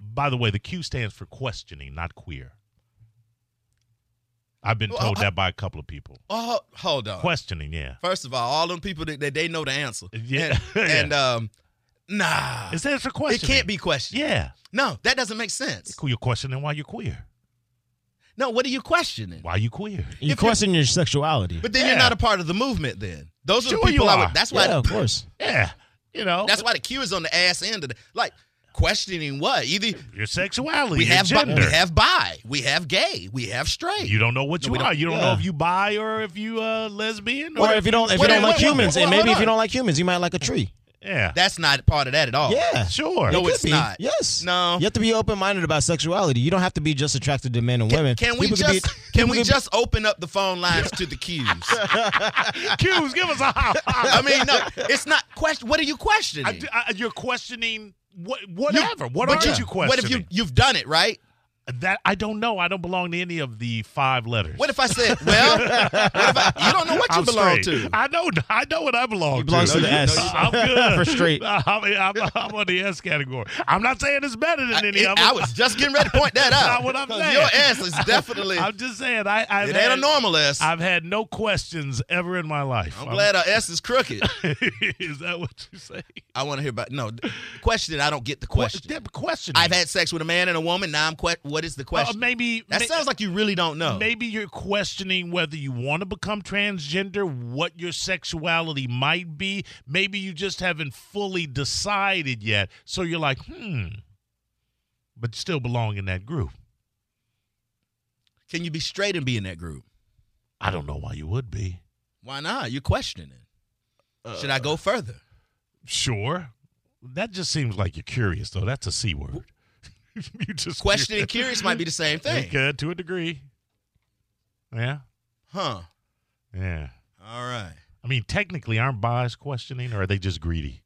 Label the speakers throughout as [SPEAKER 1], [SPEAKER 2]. [SPEAKER 1] by the way, the Q stands for questioning, not queer. I've been
[SPEAKER 2] Well,
[SPEAKER 1] told
[SPEAKER 2] I-
[SPEAKER 1] that by a couple of people.
[SPEAKER 2] Oh, hold on.
[SPEAKER 1] Questioning, yeah.
[SPEAKER 2] First of all, all them people that, that they know the answer.
[SPEAKER 1] Yeah.
[SPEAKER 2] And,
[SPEAKER 1] Yeah.
[SPEAKER 2] and, um, nah,
[SPEAKER 1] It stands for
[SPEAKER 2] it
[SPEAKER 1] questioning.
[SPEAKER 2] can't be questioned.
[SPEAKER 1] Yeah.
[SPEAKER 2] No, that doesn't make sense.
[SPEAKER 1] You're questioning why you're queer.
[SPEAKER 2] No, what are you questioning?
[SPEAKER 1] Why you queer?
[SPEAKER 2] If
[SPEAKER 3] You
[SPEAKER 2] you-
[SPEAKER 3] question your sexuality.
[SPEAKER 2] But then
[SPEAKER 1] Yeah.
[SPEAKER 2] you're not a part of the movement. Then those are
[SPEAKER 1] Sure you
[SPEAKER 2] the people I
[SPEAKER 1] are.
[SPEAKER 2] would. That's why.
[SPEAKER 3] yeah, of course.
[SPEAKER 1] Yeah. You know,
[SPEAKER 2] That's why the Q is on the ass end of the like questioning what either
[SPEAKER 1] your sexuality,
[SPEAKER 2] we
[SPEAKER 1] your
[SPEAKER 2] have bi,
[SPEAKER 1] gender.
[SPEAKER 2] we have bi, we have gay, we have straight.
[SPEAKER 1] you don't know what
[SPEAKER 2] No,
[SPEAKER 1] you
[SPEAKER 2] we
[SPEAKER 1] are.
[SPEAKER 2] don't-
[SPEAKER 1] You don't know
[SPEAKER 3] yeah.
[SPEAKER 1] if you bi or if you uh, lesbian.
[SPEAKER 3] Or if you don't, if
[SPEAKER 2] Wait,
[SPEAKER 3] you don't
[SPEAKER 2] wait,
[SPEAKER 3] like
[SPEAKER 2] wait,
[SPEAKER 3] humans,
[SPEAKER 2] wait,
[SPEAKER 3] and
[SPEAKER 2] wait,
[SPEAKER 3] maybe
[SPEAKER 2] hold
[SPEAKER 3] if you
[SPEAKER 2] on.
[SPEAKER 3] don't like humans, you might like a tree.
[SPEAKER 1] yeah,
[SPEAKER 2] That's not part of that at all.
[SPEAKER 3] Yeah.
[SPEAKER 1] sure.
[SPEAKER 2] Oh. No,
[SPEAKER 3] It could
[SPEAKER 2] it's
[SPEAKER 3] be.
[SPEAKER 2] not.
[SPEAKER 3] Yes.
[SPEAKER 2] No.
[SPEAKER 3] You have to be open minded about sexuality. You don't have to be just attracted to men and women.
[SPEAKER 2] Can we
[SPEAKER 3] People
[SPEAKER 2] just can
[SPEAKER 3] be- people
[SPEAKER 2] we
[SPEAKER 3] could be-
[SPEAKER 2] just open up the phone lines to the Qs?
[SPEAKER 1] Q's, give us a high five.
[SPEAKER 2] I mean, no, it's not question. What are you questioning?
[SPEAKER 1] I, I, you're questioning what, whatever. what
[SPEAKER 2] but
[SPEAKER 1] are you, questioning?
[SPEAKER 2] What if you you've done it right?
[SPEAKER 1] that I don't know. I don't belong to any of the five letters.
[SPEAKER 2] What if I said, well, what if I, you don't know what you
[SPEAKER 1] I'm
[SPEAKER 2] belong
[SPEAKER 1] straight.
[SPEAKER 2] to?
[SPEAKER 1] I know. I know what I belong
[SPEAKER 3] He belongs
[SPEAKER 1] to.
[SPEAKER 3] to the S.
[SPEAKER 1] I'm good
[SPEAKER 3] For straight.
[SPEAKER 1] I'm, I'm, I'm on the S category. I'm not saying it's better than
[SPEAKER 2] I,
[SPEAKER 1] any
[SPEAKER 2] it-
[SPEAKER 1] of them.
[SPEAKER 2] I was just getting ready to point that
[SPEAKER 1] That's
[SPEAKER 2] out.
[SPEAKER 1] not what I'm
[SPEAKER 2] 'Cause
[SPEAKER 1] saying.
[SPEAKER 2] Your ass is definitely
[SPEAKER 1] I'm just saying. I I've
[SPEAKER 2] it
[SPEAKER 1] had,
[SPEAKER 2] ain't a normal ass.
[SPEAKER 1] I've had no questions ever in my life.
[SPEAKER 2] I'm glad our ass is crooked.
[SPEAKER 1] is that what you say?
[SPEAKER 2] I want to hear about no question. I don't get the question.
[SPEAKER 1] Question. Uh,
[SPEAKER 2] I've had sex with a man and a woman. Now I'm que- what is the question?
[SPEAKER 1] maybe
[SPEAKER 2] that
[SPEAKER 1] may-
[SPEAKER 2] sounds like you really don't know.
[SPEAKER 1] Maybe you're questioning whether you want to become transgender, what your sexuality might be. Maybe you just haven't fully decided yet. So you're like, hmm, but still belong in that group.
[SPEAKER 2] Can you be straight and be in that group?
[SPEAKER 1] I don't know why you would be.
[SPEAKER 2] Why not? You're questioning. Should
[SPEAKER 1] Uh,
[SPEAKER 2] I go further?
[SPEAKER 1] Sure. That just seems like you're curious, though. That's a C word. you just
[SPEAKER 2] Question and curious might be the same thing.
[SPEAKER 1] Good to a degree. Yeah.
[SPEAKER 2] Huh.
[SPEAKER 1] Yeah.
[SPEAKER 2] All right.
[SPEAKER 1] I mean, technically, aren't bias questioning, or are they just greedy?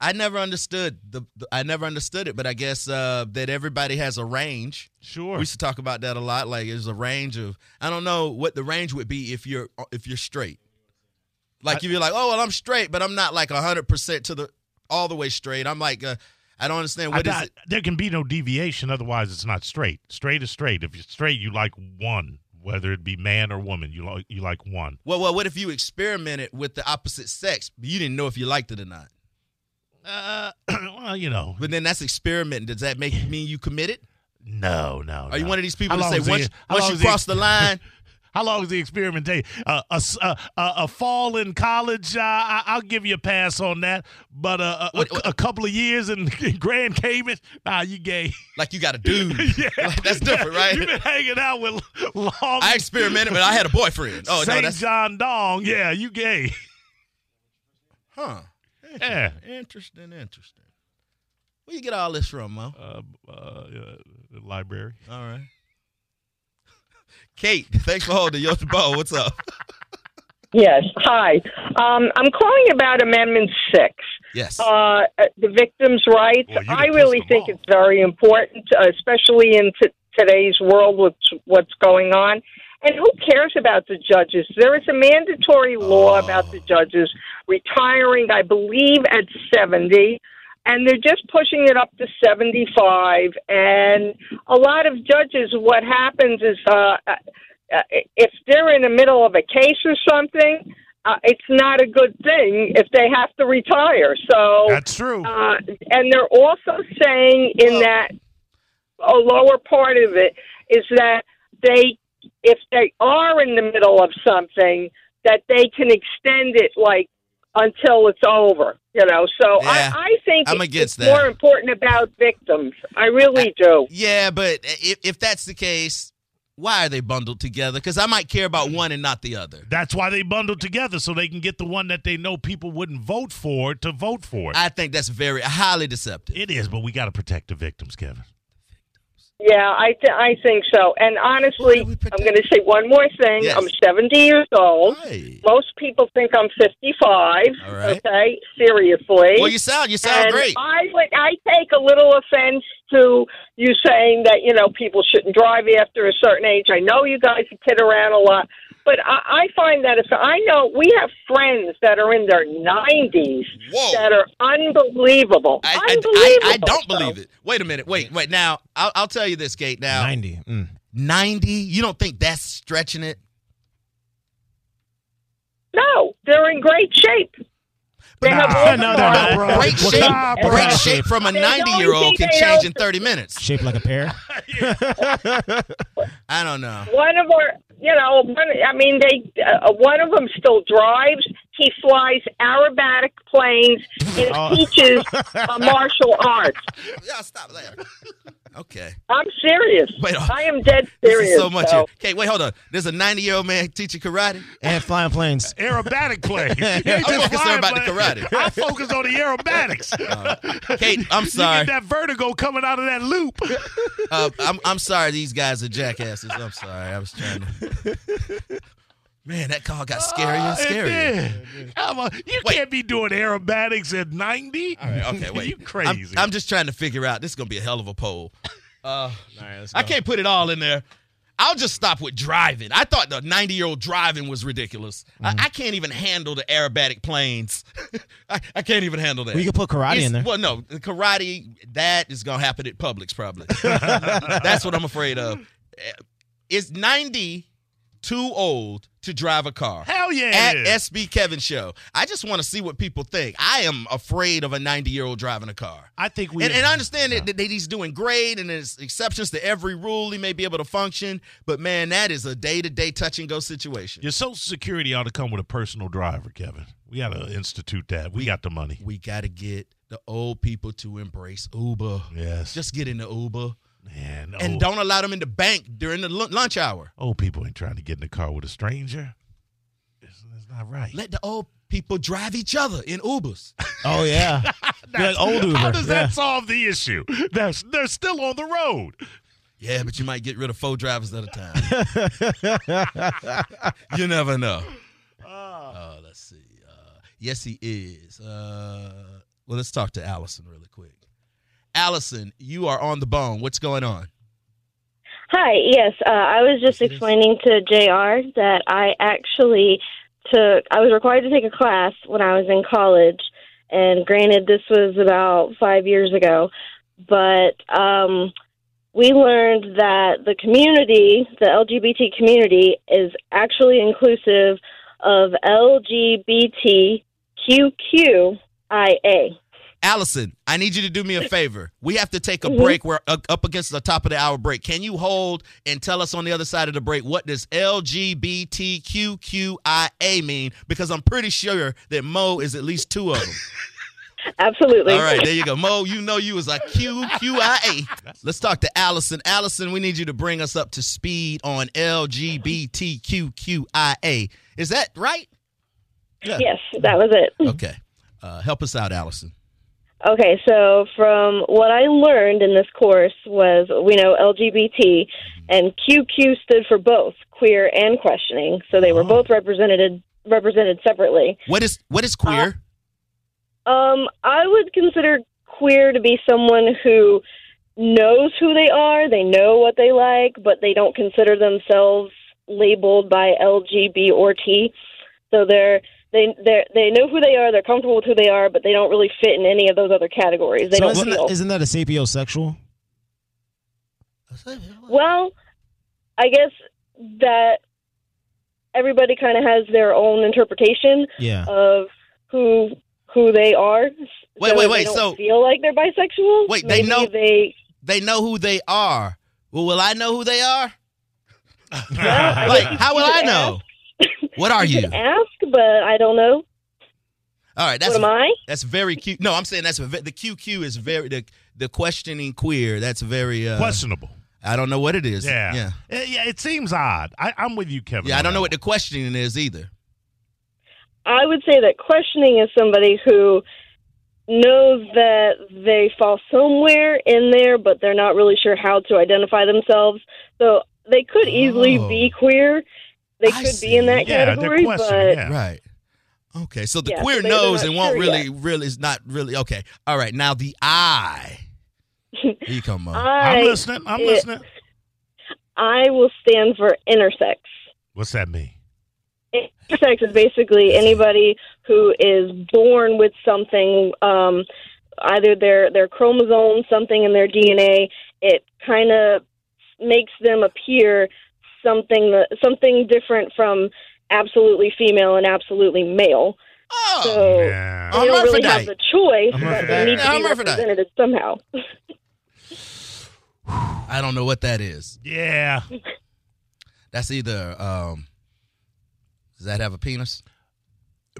[SPEAKER 2] I never understood the, the- I never understood it, but I guess uh, that everybody has a range.
[SPEAKER 1] Sure.
[SPEAKER 2] We used to talk about that a lot. Like there's a range of I don't know what the range would be if you're if you're straight. Like if you're like, oh well, I'm straight, but I'm not like hundred percent to the all the way straight. I'm like, uh, I don't understand
[SPEAKER 1] I
[SPEAKER 2] what is
[SPEAKER 1] doubt-
[SPEAKER 2] it.
[SPEAKER 1] There can be no deviation, otherwise it's not straight. Straight is straight. If you're straight, you like one, whether it be man or woman. You like you like one.
[SPEAKER 2] Well, well, what if you experimented with the opposite sex, but you didn't know if you liked it or not?
[SPEAKER 1] Uh, well, you know,
[SPEAKER 2] But then that's experimenting. Does that make mean you committed?
[SPEAKER 1] no, no.
[SPEAKER 2] Are you
[SPEAKER 1] no.
[SPEAKER 2] one of these
[SPEAKER 1] How
[SPEAKER 2] people that
[SPEAKER 1] long
[SPEAKER 2] say
[SPEAKER 1] is the-
[SPEAKER 2] once,
[SPEAKER 1] how
[SPEAKER 2] once
[SPEAKER 1] long
[SPEAKER 2] you
[SPEAKER 1] is the-
[SPEAKER 2] cross the line,
[SPEAKER 1] How long is the experimentation? Uh, a, s- uh, a a fall in college, uh, I, I'll give you a pass on that. But uh, a, a,
[SPEAKER 2] What- what-
[SPEAKER 1] a couple of years in, in Grand Cayman, nah, you gay.
[SPEAKER 2] like you got a dude?
[SPEAKER 1] yeah,
[SPEAKER 2] Like, that's different, right?
[SPEAKER 1] You've been hanging out with long.
[SPEAKER 2] I experimented, but I had a boyfriend. Oh no,
[SPEAKER 1] Saint
[SPEAKER 2] that's
[SPEAKER 1] John Dong. Yeah, you gay.
[SPEAKER 2] huh?
[SPEAKER 1] Yeah.
[SPEAKER 2] Interesting, interesting. Where you get all this from, Mo?
[SPEAKER 1] uh, uh, uh, library.
[SPEAKER 2] All right. Kate, thanks for holding your bow. What's up?
[SPEAKER 4] Yes. Hi. Um, I'm calling about Amendment 6,
[SPEAKER 2] Yes.
[SPEAKER 4] uh, the victims' rights.
[SPEAKER 1] Well, you done
[SPEAKER 4] I
[SPEAKER 1] pissed
[SPEAKER 4] really
[SPEAKER 1] them
[SPEAKER 4] think
[SPEAKER 1] off.
[SPEAKER 4] it's very important, uh, especially in t- today's world with what's going on. And who cares about the judges? There is a mandatory law
[SPEAKER 1] Ah.
[SPEAKER 4] about the judges retiring, I believe, at 70. And they're just pushing it up to 75. And a lot of judges, what happens is uh, uh, if they're in the middle of a case or something, uh, it's not a good thing if they have to retire. So,
[SPEAKER 1] That's true.
[SPEAKER 4] uh, and they're also saying in
[SPEAKER 2] Well-
[SPEAKER 4] that a lower part of it is that they, if they are in the middle of something, that they can extend it like until it's over. You know, so
[SPEAKER 2] Yeah,
[SPEAKER 4] I, I think
[SPEAKER 2] I'm
[SPEAKER 4] it's-
[SPEAKER 2] against
[SPEAKER 4] it's
[SPEAKER 2] that.
[SPEAKER 4] more important about victims. I really do.
[SPEAKER 2] yeah, but if, if that's the case, why are they bundled together? Because I might care about one and not the other.
[SPEAKER 1] That's why they bundle together so they can get the one that they know people wouldn't vote for to vote for it.
[SPEAKER 2] I think that's very highly deceptive.
[SPEAKER 1] it is, but we got to protect the victims, Kevin.
[SPEAKER 4] Yeah, I th- I think so. And honestly,
[SPEAKER 2] Who do we protect?
[SPEAKER 4] I'm going to say one more thing.
[SPEAKER 2] Yes.
[SPEAKER 4] I'm 70 years old.
[SPEAKER 2] Hey.
[SPEAKER 4] Most people think I'm 55.
[SPEAKER 2] All right.
[SPEAKER 4] Okay, seriously.
[SPEAKER 2] Well, you sound you sound
[SPEAKER 4] and
[SPEAKER 2] great.
[SPEAKER 4] I would I take a little offense to you saying that you know people shouldn't drive after a certain age. I know you guys kid around a lot,
[SPEAKER 5] But I, I find that if I know we have friends that are in their 90s
[SPEAKER 2] Whoa.
[SPEAKER 5] that are unbelievable.
[SPEAKER 2] I, I,
[SPEAKER 5] unbelievable.
[SPEAKER 2] I, I don't
[SPEAKER 5] So-
[SPEAKER 2] believe it. Wait a minute. Wait, wait. Now, I'll, I'll tell you this, Kate. Now,
[SPEAKER 3] 90. Mm.
[SPEAKER 2] 90, you don't think that's stretching it?
[SPEAKER 5] No, they're in great shape. They
[SPEAKER 1] Nah,
[SPEAKER 5] have
[SPEAKER 1] no,
[SPEAKER 5] all the
[SPEAKER 1] no, they're
[SPEAKER 5] marks.
[SPEAKER 1] not. Nah,
[SPEAKER 2] Great
[SPEAKER 1] bro.
[SPEAKER 2] shape.
[SPEAKER 1] Nah, bro.
[SPEAKER 2] Great shape from a
[SPEAKER 5] They don't
[SPEAKER 2] 90 year old
[SPEAKER 5] think
[SPEAKER 2] can
[SPEAKER 5] they
[SPEAKER 2] change
[SPEAKER 5] don't-
[SPEAKER 2] in 30 minutes.
[SPEAKER 3] Shaped like a pear.
[SPEAKER 2] I don't know.
[SPEAKER 5] One of our, you know, one, I mean, they uh, one of them still drives. He flies aerobatic planes and teaches uh, martial arts.
[SPEAKER 2] Y'all stop there. Okay.
[SPEAKER 5] I'm serious.
[SPEAKER 2] Wait, oh,
[SPEAKER 5] I am dead
[SPEAKER 2] This
[SPEAKER 5] serious.
[SPEAKER 2] is so much.
[SPEAKER 5] so-
[SPEAKER 2] here. Kate, wait, hold on. There's a 90 year old man teaching karate.
[SPEAKER 3] and flying planes.
[SPEAKER 1] Aerobatic play.
[SPEAKER 2] I'm focused on about the karate.
[SPEAKER 1] I focus on the aerobatics.
[SPEAKER 2] Kate, I'm
[SPEAKER 1] You get
[SPEAKER 2] sorry.
[SPEAKER 1] that vertigo coming out of that loop.
[SPEAKER 2] Uh, I'm, I'm sorry. These guys are jackasses. I'm sorry. I was trying to. Man, that call got scarier and
[SPEAKER 1] Ah, It
[SPEAKER 2] scarier.
[SPEAKER 1] did. Come on. You
[SPEAKER 2] Wait.
[SPEAKER 1] can't be doing aerobatics at 90.
[SPEAKER 2] Okay, wait.
[SPEAKER 1] you
[SPEAKER 2] I'm-
[SPEAKER 1] crazy.
[SPEAKER 2] I'm, just trying to figure out. This is gonna be a hell of a poll. Uh, I can't put it all in there. I'll just stop with driving. I thought the 90 year old driving was ridiculous.
[SPEAKER 3] Mm-hmm.
[SPEAKER 2] I, I can't even handle the aerobatic planes. I, I can't even handle that.
[SPEAKER 3] We could put karate
[SPEAKER 2] It's-
[SPEAKER 3] in there.
[SPEAKER 2] Well, no, the karate that is gonna happen at Publix probably. That's what I'm afraid of. Eh, Is 90 too old to drive a car?
[SPEAKER 1] Hell yeah. it
[SPEAKER 2] At
[SPEAKER 1] is.
[SPEAKER 2] SB Kevin Show. I just want to see what people think. I am afraid of a 90 year old driving a car.
[SPEAKER 1] I think we.
[SPEAKER 2] And, and I understand that, that he's doing great and there's exceptions to every rule. He may be able to function, but man, that is a day to day touch and go situation.
[SPEAKER 1] your Social Security ought to come with a personal driver, Kevin. We got to institute that. We got the money.
[SPEAKER 2] We got to get the old people to embrace Uber.
[SPEAKER 1] Yes.
[SPEAKER 2] Just get in the Uber.
[SPEAKER 1] Man,
[SPEAKER 2] and
[SPEAKER 1] old,
[SPEAKER 2] don't allow them in the bank during the lu- lunch hour.
[SPEAKER 1] old people ain't trying to get in the car with a stranger. It's, it's not right.
[SPEAKER 2] Let the old people drive each other in Ubers.
[SPEAKER 3] Oh yeah, Be like old Uber.
[SPEAKER 1] How does
[SPEAKER 3] yeah.
[SPEAKER 1] that solve the issue? They're, they're still on the road.
[SPEAKER 2] yeah, but you might get rid of four drivers at a time. you never know. Uh, let's see. Uh, yes, he is. Uh, well, let's talk to Allison really quick. Allison, you are on the bone. What's going on?
[SPEAKER 4] Hi, yes. Uh, I was just
[SPEAKER 2] Yes, it is.
[SPEAKER 4] explaining to JR that I actually took, I was required to take a class when I was in college. And granted, this was about five years ago. But um, we learned that the community, the LGBT community, is actually inclusive of LGBTQQIA.
[SPEAKER 2] Allison, I need you to do me a favor. We have to take a break. We're up up against the top of the hour break. Can you hold and tell us on the other side of the break what does LGBTQQIA mean? Because I'm pretty sure that Mo is at least two of them.
[SPEAKER 4] Absolutely.
[SPEAKER 2] All right, there you go. Mo, you know you is a QQIA. Let's talk to Allison. Allison, we need you to bring us up to speed on LGBTQQIA. Is that right? Yeah.
[SPEAKER 4] Yes, that was it.
[SPEAKER 2] Okay. Uh, help us out, Allison.
[SPEAKER 4] Okay, so from what I learned in this course was we know LGBT and QQ stood for both queer and questioning, so they were both represented represented separately.
[SPEAKER 2] What is what
[SPEAKER 4] Uh,
[SPEAKER 2] is queer?
[SPEAKER 4] Um, I would consider queer to be someone who knows who they are, they know what they like, but they don't consider themselves labeled by L, G, B, or T. So they're they they they know who they are, they're comfortable with who they are, but they don't really fit in any of those other categories. They
[SPEAKER 3] So
[SPEAKER 4] don't
[SPEAKER 3] isn't,
[SPEAKER 4] feel.
[SPEAKER 3] that, isn't that a sapiosexual?
[SPEAKER 4] Well, I guess that everybody kind of has their own interpretation
[SPEAKER 3] Yeah.
[SPEAKER 4] of who who they are.
[SPEAKER 2] Wait,
[SPEAKER 4] so
[SPEAKER 2] wait,
[SPEAKER 4] they
[SPEAKER 2] wait,
[SPEAKER 4] don't
[SPEAKER 2] so-
[SPEAKER 4] feel like they're bisexual.
[SPEAKER 2] Wait, they
[SPEAKER 4] maybe
[SPEAKER 2] know-
[SPEAKER 4] they.
[SPEAKER 2] they know who they are. Well, will I know who they are? Like, how will I know? What are you?
[SPEAKER 4] can ask, but I don't know.
[SPEAKER 2] All right, that's
[SPEAKER 4] what am I?
[SPEAKER 2] that's very cute. No, I'm saying that's ve- the QQ is very the the questioning queer. That's very uh,
[SPEAKER 1] Questionable.
[SPEAKER 2] I don't know what it is.
[SPEAKER 1] Yeah.
[SPEAKER 2] yeah,
[SPEAKER 1] Uh, yeah. It seems odd. I, I'm with you, Kevin.
[SPEAKER 2] yeah. I
[SPEAKER 1] on
[SPEAKER 2] don't
[SPEAKER 1] that
[SPEAKER 2] know what the questioning is either.
[SPEAKER 4] I would say that questioning is somebody who knows that they fall somewhere in there, but they're not really sure how to identify themselves. So they could easily
[SPEAKER 2] Oh.
[SPEAKER 4] be queer. They
[SPEAKER 2] I
[SPEAKER 4] could be in
[SPEAKER 2] see.
[SPEAKER 4] that
[SPEAKER 1] Yeah, they're
[SPEAKER 4] category,
[SPEAKER 1] questioning,
[SPEAKER 4] but
[SPEAKER 1] Yeah.
[SPEAKER 2] Right. Okay, so the
[SPEAKER 4] Yeah,
[SPEAKER 2] queer
[SPEAKER 4] so they're
[SPEAKER 2] knows
[SPEAKER 4] not
[SPEAKER 2] and won't
[SPEAKER 4] sure
[SPEAKER 2] really, really is not really okay. All right, now the I. Here you come, Mo.
[SPEAKER 4] I,
[SPEAKER 1] I'm listening. I'm
[SPEAKER 4] it-
[SPEAKER 1] listening.
[SPEAKER 4] I will stand for intersex.
[SPEAKER 1] What's that mean?
[SPEAKER 4] intersex is basically anybody who is born with something, um, either their their chromosome, something in their DNA. It kind of makes them appear something that, something different from absolutely female and absolutely male.
[SPEAKER 2] Oh,
[SPEAKER 4] So
[SPEAKER 1] Yeah.
[SPEAKER 4] they don't really have
[SPEAKER 2] Hermaphrodite.
[SPEAKER 4] the choice, but
[SPEAKER 3] Hermaphrodite.
[SPEAKER 4] they need to be
[SPEAKER 2] Hermaphrodite.
[SPEAKER 4] represented somehow.
[SPEAKER 2] I don't know what that is.
[SPEAKER 1] Yeah.
[SPEAKER 2] That's either um, does that have a penis?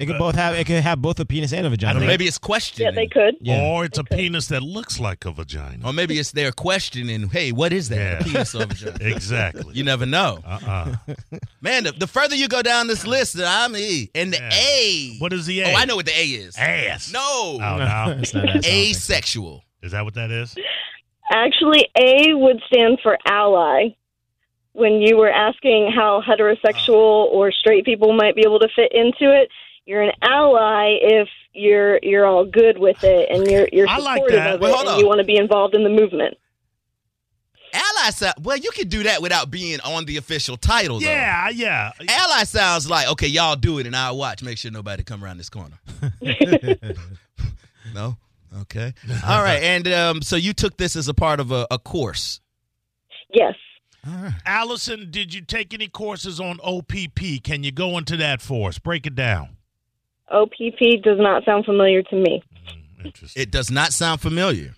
[SPEAKER 3] It could both have. It could have both a penis and a vagina.
[SPEAKER 2] Maybe it's questioning.
[SPEAKER 4] Yeah, they could.
[SPEAKER 3] Yeah.
[SPEAKER 1] Or it's a
[SPEAKER 4] Okay.
[SPEAKER 1] penis that looks like a vagina.
[SPEAKER 2] Or maybe it's their questioning. Hey, what is that?
[SPEAKER 1] Yeah.
[SPEAKER 2] A penis or a vagina?
[SPEAKER 1] Exactly.
[SPEAKER 2] You never know,
[SPEAKER 1] Uh-uh.
[SPEAKER 2] man. The, the further you go down this list, the I'm E and the
[SPEAKER 1] Yeah.
[SPEAKER 2] A.
[SPEAKER 1] What is the A?
[SPEAKER 2] Oh, I know what the A is.
[SPEAKER 1] Ass.
[SPEAKER 2] No,
[SPEAKER 1] Oh, no.
[SPEAKER 3] It's not that sort of thing.
[SPEAKER 2] asexual.
[SPEAKER 1] Is that what that is?
[SPEAKER 4] Actually, A would stand for ally. When you were asking how
[SPEAKER 1] Ah.
[SPEAKER 4] heterosexual or straight people might be able to fit into it, you're an ally if you're you're all good with it and you're you're
[SPEAKER 1] I like
[SPEAKER 4] supportive
[SPEAKER 1] that.
[SPEAKER 4] of
[SPEAKER 2] Well,
[SPEAKER 4] it
[SPEAKER 2] hold
[SPEAKER 4] and
[SPEAKER 2] on.
[SPEAKER 4] you want to be involved in the movement.
[SPEAKER 2] Ally sound. Well, you can do that without being on the official title. though.
[SPEAKER 1] Yeah, yeah.
[SPEAKER 2] Ally sounds like okay. Y'all do it, and I'll watch. Make sure nobody come around this corner. no. Okay. All right. And um, so you took this as a part of a, a course.
[SPEAKER 4] Yes.
[SPEAKER 1] Allison, did you take any courses on OPP? Can you go into that for us? Break it down.
[SPEAKER 4] OPP does not sound familiar to me.
[SPEAKER 1] Mm, Interesting.
[SPEAKER 2] It does not sound familiar.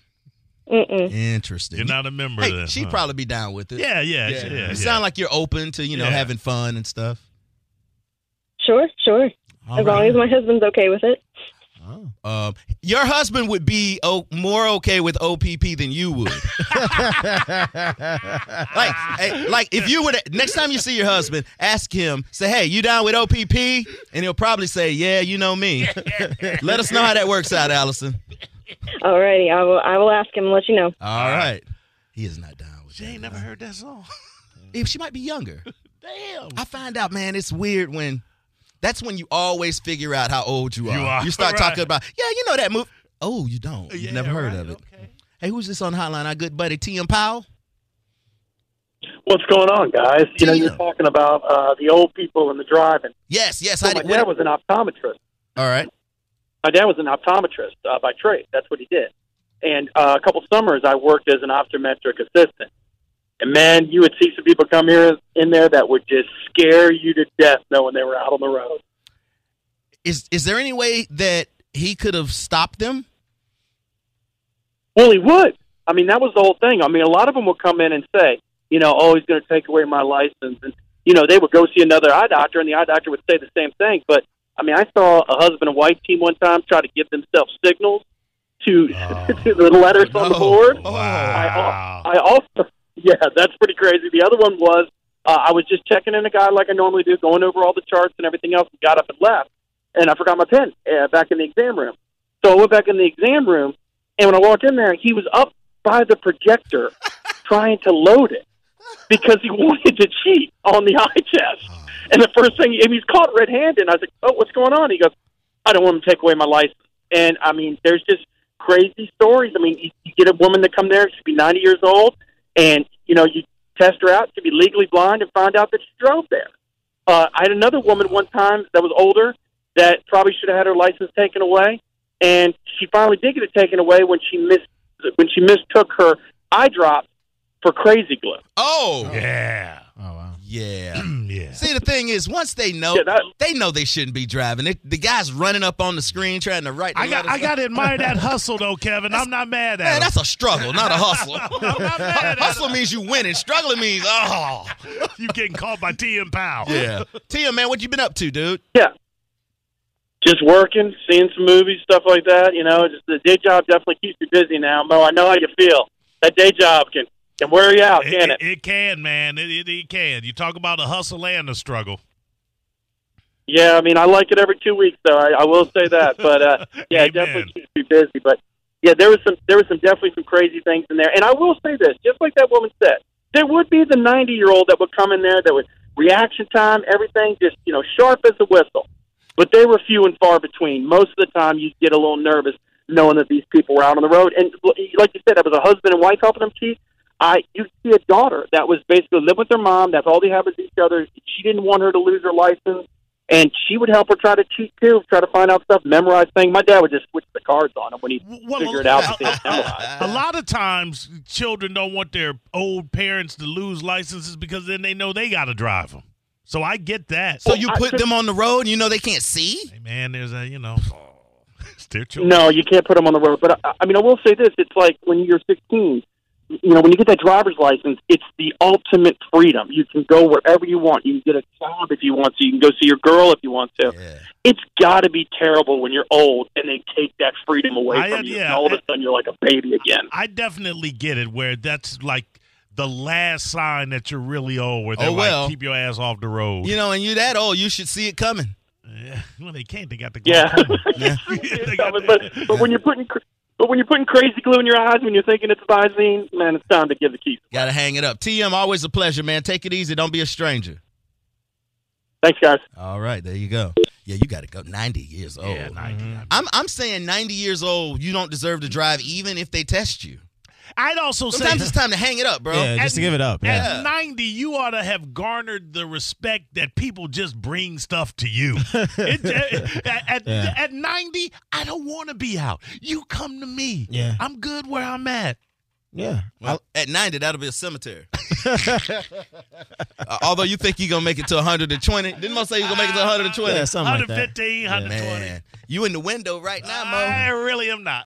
[SPEAKER 4] Mm-mm.
[SPEAKER 2] Interesting.
[SPEAKER 1] You're not a member
[SPEAKER 2] hey,
[SPEAKER 1] then.
[SPEAKER 2] she'd
[SPEAKER 1] huh?
[SPEAKER 2] probably be down with it.
[SPEAKER 1] Yeah, yeah, yeah.
[SPEAKER 2] You
[SPEAKER 1] yeah.
[SPEAKER 2] sound like you're open to you know
[SPEAKER 1] Yeah.
[SPEAKER 2] having fun and stuff.
[SPEAKER 4] Sure, sure.
[SPEAKER 1] All
[SPEAKER 4] as
[SPEAKER 1] right.
[SPEAKER 4] long as my husband's okay with it.
[SPEAKER 3] Oh.
[SPEAKER 2] Um, your husband would be o- more okay with OPP than you would. like, hey, like if you would next time you see your husband, ask him, say, "Hey, you down with OPP?" And he'll probably say, "Yeah, you know me." Let us know how that works out, Allison.
[SPEAKER 4] Alrighty, I will I will ask him and let you know.
[SPEAKER 2] All right. He is not down with
[SPEAKER 1] She
[SPEAKER 2] that.
[SPEAKER 1] ain't never heard that song.
[SPEAKER 2] Eh, She might be younger.
[SPEAKER 1] Damn.
[SPEAKER 2] I find out, man, it's weird when that's when you always figure out how old you are.
[SPEAKER 1] You are,
[SPEAKER 2] start
[SPEAKER 1] right.
[SPEAKER 2] talking about, yeah, you know that movie. Oh, you don't. You've
[SPEAKER 1] Yeah,
[SPEAKER 2] never heard
[SPEAKER 1] right,
[SPEAKER 2] of it.
[SPEAKER 1] Okay.
[SPEAKER 2] Hey, who's this on hotline? Our good buddy T.M. Powell.
[SPEAKER 6] What's going on, guys? You know, you're
[SPEAKER 2] Damn.
[SPEAKER 6] talking about uh, the old people and the driving.
[SPEAKER 2] Yes, yes.
[SPEAKER 6] So
[SPEAKER 2] I
[SPEAKER 6] my
[SPEAKER 2] did- what-
[SPEAKER 6] dad was an optometrist.
[SPEAKER 2] all right.
[SPEAKER 6] My dad was an optometrist uh, by trade. That's what he did. And uh, a couple summers, I worked as an optometric assistant. And man, you would see some people come here in there that would just scare you to death knowing they were out on the road.
[SPEAKER 2] Is is there any way that he could have stopped them?
[SPEAKER 6] Well, he would. I mean, that was the whole thing. I mean, a lot of them would come in and say, you know, oh, he's going to take away my license, and you know, they would go see another eye doctor, and the eye doctor would say the same thing. But I mean, I saw a husband and wife team one time try to give themselves signals to to the letters on
[SPEAKER 2] No.
[SPEAKER 6] the board.
[SPEAKER 2] Oh.
[SPEAKER 1] Wow.
[SPEAKER 6] I also, yeah, that's pretty crazy. The other one was uh, I was just checking in a guy like I normally do, going over all the charts and everything else, and got up and left, and I forgot my pen uh, back in the exam room. So I went back in the exam room, and when I walked in there, he was up by the projector trying to load it because he wanted to cheat on the eye test. And the first thing, and he's caught red-handed. And I was like, "Oh, what's going on?" He goes, "I don't want him to take away my license." And I mean, there's just crazy stories. I mean, you, you get a woman to come there; she'd be 90 years old, and you know, you test her out; she'd be legally blind, and find out that she drove there. Uh, I had another woman one time that was older that probably should have had her license taken away, and she finally did get it taken away when she missed when she mistook her eye drops for crazy glue.
[SPEAKER 2] Oh, yeah.
[SPEAKER 1] Yeah. Mm,
[SPEAKER 3] Oh wow.
[SPEAKER 1] yeah.
[SPEAKER 2] See, the thing is, once they know,
[SPEAKER 6] Yeah, that-
[SPEAKER 2] they know they shouldn't be driving. It, the guy's running up on the screen trying to write. The
[SPEAKER 1] I got
[SPEAKER 2] letters.
[SPEAKER 1] I got to admire that hustle though, Kevin. I'm not mad
[SPEAKER 2] Man,
[SPEAKER 1] at him.
[SPEAKER 2] that's a struggle, not a hustle.
[SPEAKER 1] I'm not mad at
[SPEAKER 2] hustle means you winning. Struggling means oh.
[SPEAKER 1] him. You getting called by T and Powell.
[SPEAKER 2] Yeah. Tia, man, what you been up to, dude?
[SPEAKER 6] Yeah. Just working, seeing some movies, stuff like that. You know, just the day job definitely keeps you busy now, Mo. I know how you feel. That day job can can wear you out,
[SPEAKER 1] It,
[SPEAKER 6] can
[SPEAKER 1] it,
[SPEAKER 6] it?
[SPEAKER 1] it can, man. It, it, it can. You talk about the hustle and the struggle.
[SPEAKER 6] Yeah, I mean, I like it every two weeks, though. I, I will say that, but uh, yeah, it
[SPEAKER 1] Amen.
[SPEAKER 6] definitely keeps you busy. But yeah, there was some, there was some definitely some crazy things in there. And I will say this, just like that woman said, there would be the ninety year old that would come in there that would reaction time, everything, just you know, sharp as a whistle. But they were few and far between. Most of the time, you'd get a little nervous knowing that these people were out on the road. And l- like you said, I was a husband and wife helping them cheat. I you see a daughter that was basically living with her mom. That's all they have is each other. She didn't want her to lose her license. And she would help her try to cheat too, try to find out stuff, memorize things. My dad would just switch the cards on him when he
[SPEAKER 1] Well,
[SPEAKER 6] figure it out
[SPEAKER 1] a-
[SPEAKER 6] and see if it's memorized.
[SPEAKER 2] Uh,
[SPEAKER 1] a lot of times, children don't want their old parents to lose licenses because then they know they got to drive them. So I get that.
[SPEAKER 2] So you put them on the road and you know they can't see?
[SPEAKER 1] hey, man, there's a you know, it's their children.
[SPEAKER 6] No, you can't put them on the road. But I, I mean, I will say this: it's like when you're 16. You know, when you get that driver's license, it's the ultimate freedom. You can go wherever you want. You can get a job if you want to. You can go see your girl if you want to.
[SPEAKER 2] Yeah.
[SPEAKER 6] It's got to be terrible when you're old and they take that freedom away
[SPEAKER 1] I,
[SPEAKER 6] from
[SPEAKER 1] uh,
[SPEAKER 6] you.
[SPEAKER 1] yeah,
[SPEAKER 6] and all of
[SPEAKER 1] I-
[SPEAKER 6] a sudden, you're like a baby again.
[SPEAKER 1] I definitely get it where that's like the last sign that you're really old, where they're
[SPEAKER 2] Oh, well.
[SPEAKER 1] like, keep your ass off the road.
[SPEAKER 2] You know, and you that old, you should see it coming.
[SPEAKER 1] Yeah. Well, they can't. They got the
[SPEAKER 6] Yeah.
[SPEAKER 1] glaucoma. They got
[SPEAKER 6] but,
[SPEAKER 1] the-
[SPEAKER 6] but when you're putting, cr- but when you're putting crazy glue in your eyes when you're thinking it's Visine, man, it's time to give the keys.
[SPEAKER 2] Got to hang it up. TM, always a pleasure, man. Take it easy. Don't be a stranger.
[SPEAKER 6] Thanks, guys.
[SPEAKER 2] All right, there you go. Yeah, you got to go. 90 years old.
[SPEAKER 1] Yeah, 90.
[SPEAKER 2] I'm, I'm saying 90 years old, you don't deserve to drive even if they test you.
[SPEAKER 1] I'd also say
[SPEAKER 2] Sometimes it's time to hang it up, bro.
[SPEAKER 3] Yeah, just to give it up. Yeah.
[SPEAKER 1] At 90, you ought to have garnered the respect that people just bring stuff to you. It- at, at-
[SPEAKER 3] Yeah.
[SPEAKER 1] at 90, I don't want to be out. You come to me.
[SPEAKER 3] Yeah.
[SPEAKER 1] I'm good where I'm at.
[SPEAKER 3] Yeah.
[SPEAKER 2] Well, at 90, that'll be a cemetery. Uh, although you think you're going to make it to 120. Didn't Mo say you're going to make it to 120?
[SPEAKER 3] Yeah, something like that.
[SPEAKER 1] 115, 120.
[SPEAKER 2] Man, you in the window right now, Mo.
[SPEAKER 1] I really am not.